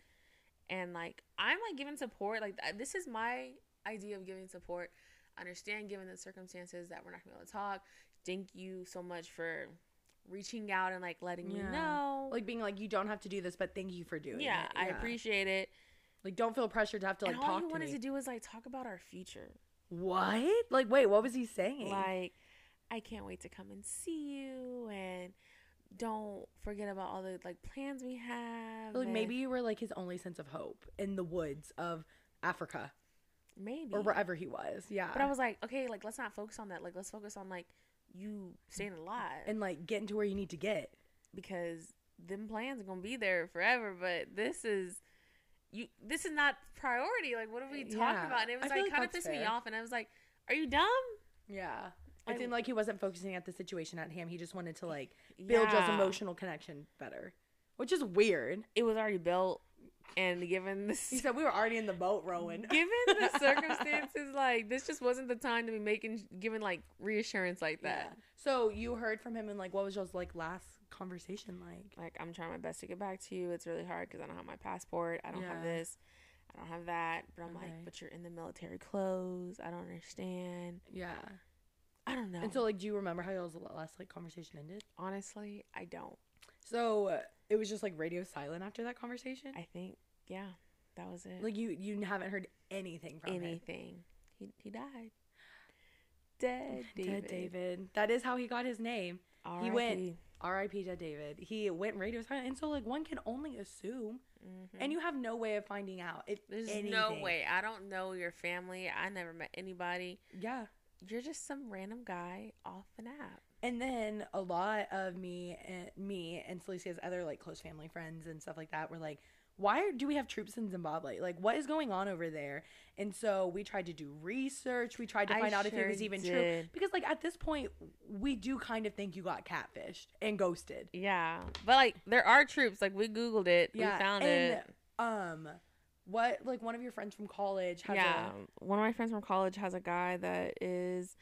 A: and like, I'm like giving support. Like, th- this is my idea of giving support. I understand, given the circumstances, that we're not gonna be able to talk. Thank you so much for reaching out and like letting me
B: Yeah.
A: know.
B: Like, being like, you don't have to do this, but thank you for doing
A: yeah,
B: it.
A: I appreciate it.
B: Like, don't feel pressured to have to like
A: and all
B: talk
A: you
B: to
A: wanted
B: me.
A: to do was like talk about our future.
B: What? Like, wait, what was he saying?
A: Like, I can't wait to come and see you, and don't forget about all the like plans we have.
B: Like
A: and-
B: maybe you were like his only sense of hope in the woods of Africa
A: maybe
B: or wherever he was. Yeah.
A: But I was like, okay, like let's not focus on that. Like let's focus on like you staying alive
B: and like getting to where you need to get.
A: because them plans are gonna be there forever. But this is you. This is not priority. Like what are we talking
B: Yeah.
A: about? And it was
B: I feel
A: like,
B: like
A: kind of
B: that's
A: pissed me
B: fair.
A: off. And I was like, are you dumb?
B: Yeah.
A: I-
B: It seemed like he wasn't focusing at the situation at him. He just wanted to like build y'all's
A: Yeah.
B: emotional connection better, which is weird.
A: It was already built, and given [laughs]
B: He
A: this.
B: said we were already in the boat rowing.
A: Given [laughs] the circumstances, like this just wasn't the time to be making, giving like reassurance like
B: [laughs] Yeah.
A: that.
B: So you heard from him and like what was y'all's like last conversation like?
A: Like I'm trying my best to get back to you. It's really hard because I don't have my passport. I don't have
B: Yeah.
A: this. I don't have that. But I'm
B: Okay.
A: like, but you're in the military clothes. I don't understand.
B: Yeah.
A: I don't know.
B: And so like do you remember how y'all's last like conversation ended?
A: honestly, I don't.
B: So uh, it was just like radio silent after that conversation.
A: I think yeah, that was it.
B: Like you, you haven't heard anything from him.
A: anything. He he died. Dead David.
B: [laughs] Dead David. That is how he got his name. He went- R.I.P. Dead David. He went radio silent, and so like one can only assume,
A: Mm-hmm.
B: and you have no way of finding out. If
A: There's
B: anything.
A: no way. I don't know your family. I never met anybody.
B: Yeah.
A: You're just some random guy off an app.
B: And then a lot of me and me and Felicia's other like close family friends and stuff like that were like, why do we have troops in Zimbabwe? Like, what is going on over there? And so we tried to do research. We tried to
A: I
B: find out if it
A: sure
B: was even true.
A: did.
B: Because like at this point, we do kind of think you got catfished and ghosted.
A: Yeah, but like there are troops. Like we googled it.
B: Yeah,
A: we found
B: and
A: it.
B: um what like one of your friends from college has
A: yeah one of my friends from college has a guy that is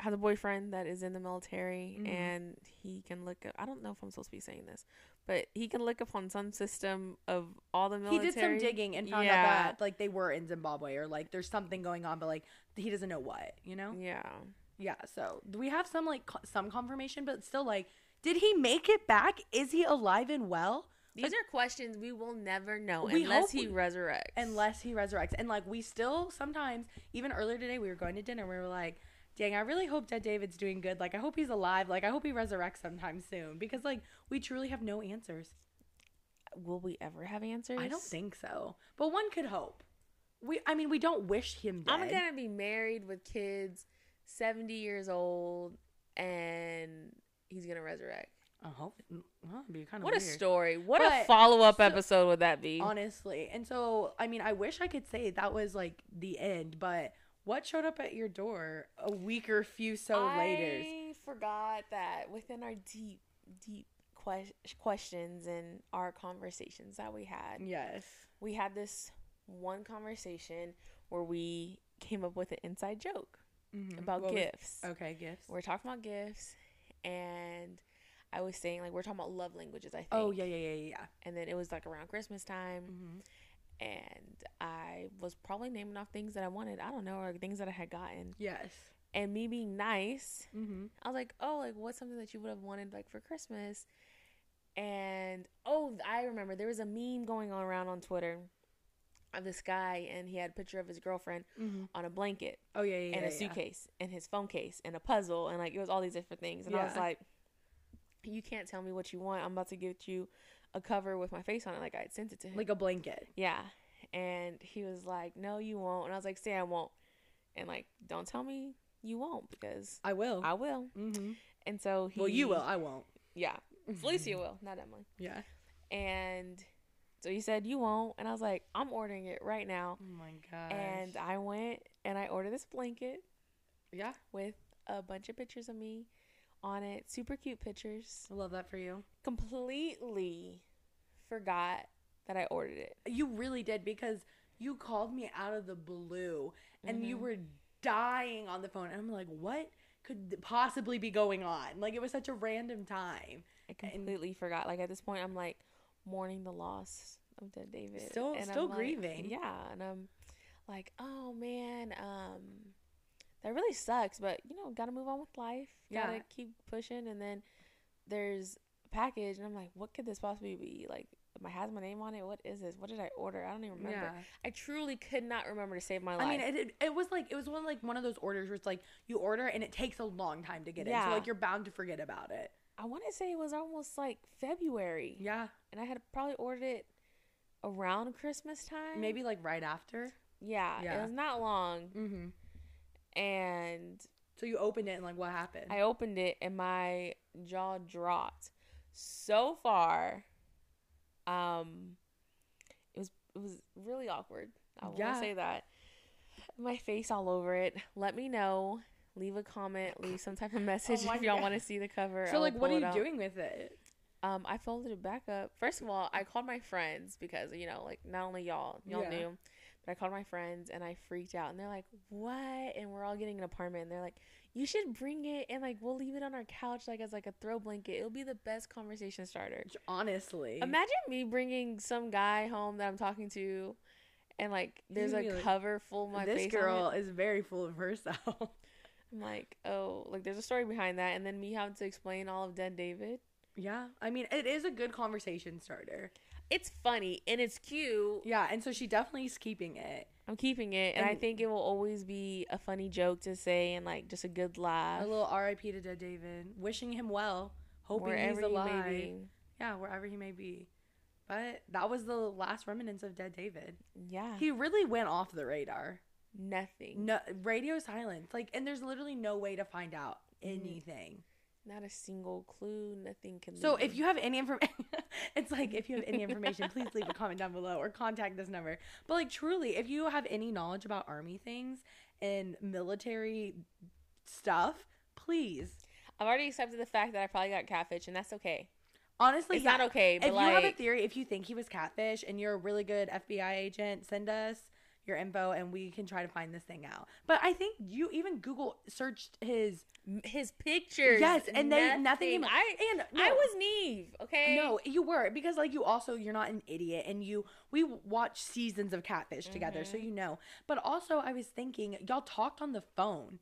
A: has a boyfriend that is in the military
B: Mhm.
A: and he can look up i don't know if i'm supposed to be saying this but he can look up on some system of all the
B: a,
A: military
B: he did some digging and found
A: Yeah.
B: out that like they were in Zimbabwe or like there's something going on but like he doesn't know what, you know?
A: yeah
B: Yeah, so we have some like co- some confirmation but still like did he make it back? Is he alive and well?
A: these are questions we will never know
B: We
A: unless
B: hope
A: he
B: we-
A: resurrects
B: Unless he resurrects. And like we still sometimes even earlier today we were going to dinner we were like Dang, I really hope that David's doing good. Like, I hope he's alive. Like, I hope he resurrects sometime soon because, like, we truly have no answers.
A: will we ever have answers
B: I don't think so. But one could hope. We, I mean, we don't wish him dead.
A: I'm gonna be married with kids, 70 years old, and he's gonna resurrect.
B: I hope. Well, it'd be kind of
A: What a
B: weird.
A: story! What a
B: But-
A: follow up
B: so-
A: episode would that be?
B: honestly. And so, I mean, I wish I could say that was like the end, but what showed up at your door a week or few so later?
A: I forgot that within our deep, deep que- questions and our conversations that we had,
B: Yes.
A: we had this one conversation where we came up with an inside joke
B: Mhm.
A: about
B: What was-
A: gifts.
B: okay, gifts.
A: We're talking about gifts, and I was saying like we're talking about love languages. I think.
B: Oh yeah, yeah, yeah, yeah.
A: And then it was like around Christmas time,
B: Mm-hmm.
A: and I was probably naming off things that I wanted. I don't know, or things that I had gotten.
B: Yes.
A: And me being nice,
B: Mm-hmm.
A: I was like, oh, like what's something that you would have wanted like for Christmas? And oh, I remember there was a meme going on around on Twitter of this guy, and he had a picture of his girlfriend
B: Mm-hmm.
A: on a blanket
B: Oh yeah, yeah.
A: and
B: yeah,
A: a suitcase and his phone case and a puzzle and like it was all these different things and I was
B: Yeah.
A: like you can't tell me what you want I'm about to get you a cover with my face on it like I had sent it to him
B: Yeah. Like a blanket.
A: yeah and he was like no you won't and I was like say I won't and like don't tell me you won't because
B: I will.
A: I will
B: mm-hmm.
A: Oh. and so he
B: Well, you will. I won't. Mm-hmm.
A: yeah Felicia will not Emily
B: Yeah.
A: and so he said you won't and I was like I'm ordering it right now
B: Oh my gosh.
A: and I went and I ordered this blanket
B: yeah,
A: with a bunch of pictures of me on it. Super cute pictures.
B: I love that for you.
A: Completely forgot that I ordered it.
B: You really did because you called me out of the blue and you
A: Mhm.
B: were dying on the phone. And I'm like, what could possibly be going on? Like, it was such a random time.
A: I completely forgot. Like at this point, I'm like mourning the loss of dead David.
B: Still-
A: I'm
B: still
A: like-
B: grieving.
A: Yeah, and I'm like, oh man, um, that really sucks. But you know, gotta move on with life. Gotta
B: Yeah.
A: keep pushing. And then there's a package, and I'm like, what could this possibly be? Like, it has my name on it. What is this? What did I order? I don't even remember. I truly could not remember to save my life.
B: I mean, it, it, it was like, it was one like one of those orders where it's like you order and it takes a long time to get in.
A: Yeah.
B: So, like, you're bound to forget about it.
A: I want to say it was almost like February,
B: Yeah.
A: and I had probably ordered it around Christmas time.
B: Maybe like right after.
A: Yeah, it
B: Yeah.
A: was not long,
B: Mm hmm.
A: and
B: So, you opened it and like, what happened?
A: I opened it, and my jaw dropped so far. Um, it was it was really awkward. I will
B: Yeah.
A: say that. My face all over it. Let me know. Leave a comment. Leave some type of message [laughs]
B: Oh my
A: if y'all
B: God.
A: want to see the cover. I
B: so,
A: will
B: like, what
A: pull
B: are
A: it
B: you
A: out.
B: doing with it?
A: Um, I folded it back up. First of all, I called my friends because you know, like not only y'all, y'all
B: Yeah.
A: knew, but I called my friends and I freaked out. And they're like, "What?" And we're all getting an apartment. And they're like, "You should bring it and like we'll leave it on our couch like as like a throw blanket. It'll be the best conversation starter."
B: Honestly.
A: Imagine me bringing some guy home that I'm talking to, and like there's
B: gonna
A: a
B: be like,
A: cover full of my
B: this
A: face on it."
B: girl is very full of herself. [laughs]
A: I'm like, oh, like there's a story behind that, and then me having to explain all of Dead David.
B: Yeah, I mean, it is a good conversation starter.
A: It's funny and it's cute.
B: Yeah, and so she definitely is keeping it.
A: I'm keeping it, and, I
B: And-
A: think it will always be a funny joke to say and like just a good laugh.
B: A little RIP to Dead David, wishing him well, hoping he's
A: you may
B: alive.
A: be.
B: Yeah, wherever he may be. But that was the last remnants of Dead David.
A: Yeah,
B: He really went off the radar.
A: nothing,
B: No radio silence, like, and there's literally no way to find out anything.
A: not a single clue, nothing can.
B: So
A: lead
B: if you have any information, [laughs] it's like if you have any information, please leave a comment down below or contact this number. But like truly, if you have any knowledge about army things and military stuff, please.
A: I've already accepted the fact that I probably got catfish, and that's okay.
B: Honestly,
A: It's
B: yeah.
A: not okay, but
B: If you
A: like,
B: have a theory, if you think he was catfish and you're a really good FBI agent, send us your info and we can try to find this thing out. But I think you even Google searched his
A: m- his pictures,
B: Yes, and they nothing came-
A: I,
B: and
A: I
B: no.
A: was Neve, okay.
B: No, you were because like you also you're not an idiot and you we watch seasons of Catfish together, so
A: Mm-hmm.
B: you know. But also, I was thinking y'all talked on the phone,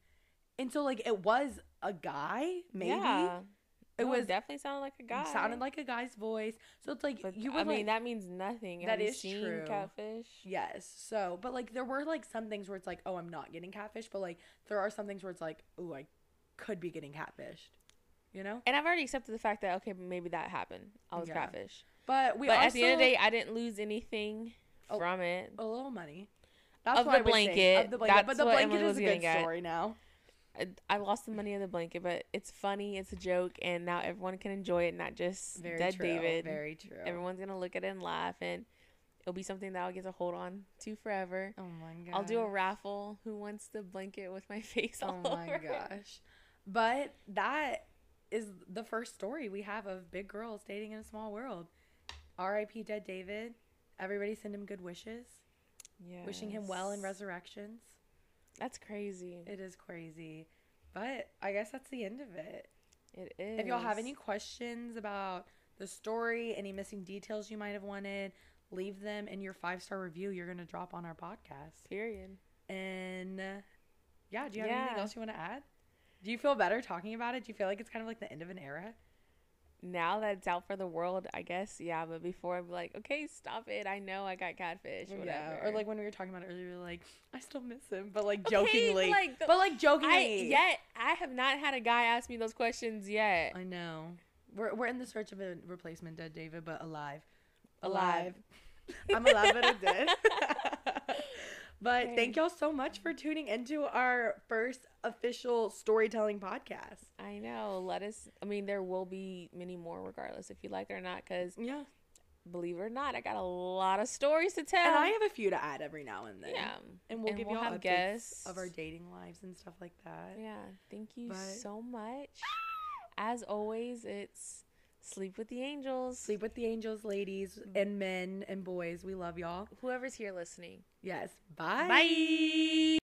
B: and so like it was a guy maybe
A: Yeah.
B: it
A: No,
B: was
A: definitely sounded like a guy.
B: sounded like a guy's voice. So it's like
A: But
B: you were
A: I mean,
B: like-
A: that means nothing.
B: That
A: Have you
B: is
A: seen
B: true.
A: Catfish.
B: yes. So but like there were like some things where it's like oh I'm not getting catfish, but like there are some things where it's like oh I could be getting catfished, you know.
A: And I've already accepted the fact that okay, maybe that happened. I was
B: Yeah.
A: catfish.
B: But we
A: but
B: also
A: at the end of the day, I didn't lose anything
B: Oh.
A: from it.
B: a little money. That's
A: Of
B: what
A: the
B: I would think,
A: blanket.
B: Of the blanket.
A: That's
B: but the
A: what
B: blanket
A: Emily
B: is
A: was
B: a
A: getting
B: good
A: at.
B: story now.
A: I, I lost the money of the blanket, but it's funny, it's a joke, and now everyone can enjoy it, not just
B: Very
A: Dead
B: true.
A: David.
B: Very true.
A: Everyone's gonna look at it and laugh, and it'll be something that I'll get to hold on to forever.
B: oh my god.
A: I'll do a raffle. Who wants the blanket with my [laughs] face
B: [laughs] Oh
A: all
B: my
A: over it?
B: gosh. But that is the first story we have of big girls dating in a small world. R.I.P. Dead David. Everybody send him good wishes. Wishing him well in
A: Yes.
B: resurrections.
A: That's crazy.
B: It is crazy. But I guess that's the end of it.
A: It is.
B: If y'all have any questions about the story, any missing details you might have wanted, leave them in your five star review you're going to drop on our podcast.
A: period.
B: And uh, yeah, do you have anything
A: Yeah.
B: else you want to add? Do you feel better talking about it? Do you feel like it's kind of like the end of an era?
A: Now that it's out for the world, I guess, yeah. But before, I'm like, okay, stop it. I know I got catfish. Whatever.
B: Or like when we were talking about it earlier, we were like, I still miss him, but like
A: Okay, but,
B: jokingly.
A: like, the-
B: but like jokingly.
A: I yet I have not had a guy ask me those questions yet.
B: I know. We're, we're in the search of a replacement dead David, but alive.
A: Alive.
B: I'm alive and I'm dead. [laughs] but thank y'all so much for tuning into our first official storytelling podcast.
A: I know. Let us. I mean, there will be many more, regardless if you like it or not. Because
B: Yeah.
A: believe it or not, I got a lot of stories to tell.
B: And I have a few to add every now and then.
A: yeah,
B: And we'll
A: And
B: give
A: we'll
B: y'all
A: have
B: updates
A: guests.
B: of our dating lives and stuff like that.
A: yeah. Thank you
B: But-
A: so much. As always, it's sleep with the angels.
B: Sleep with the angels, ladies and men and boys. We love y'all.
A: Whoever's here listening.
B: Yes.
A: Bye.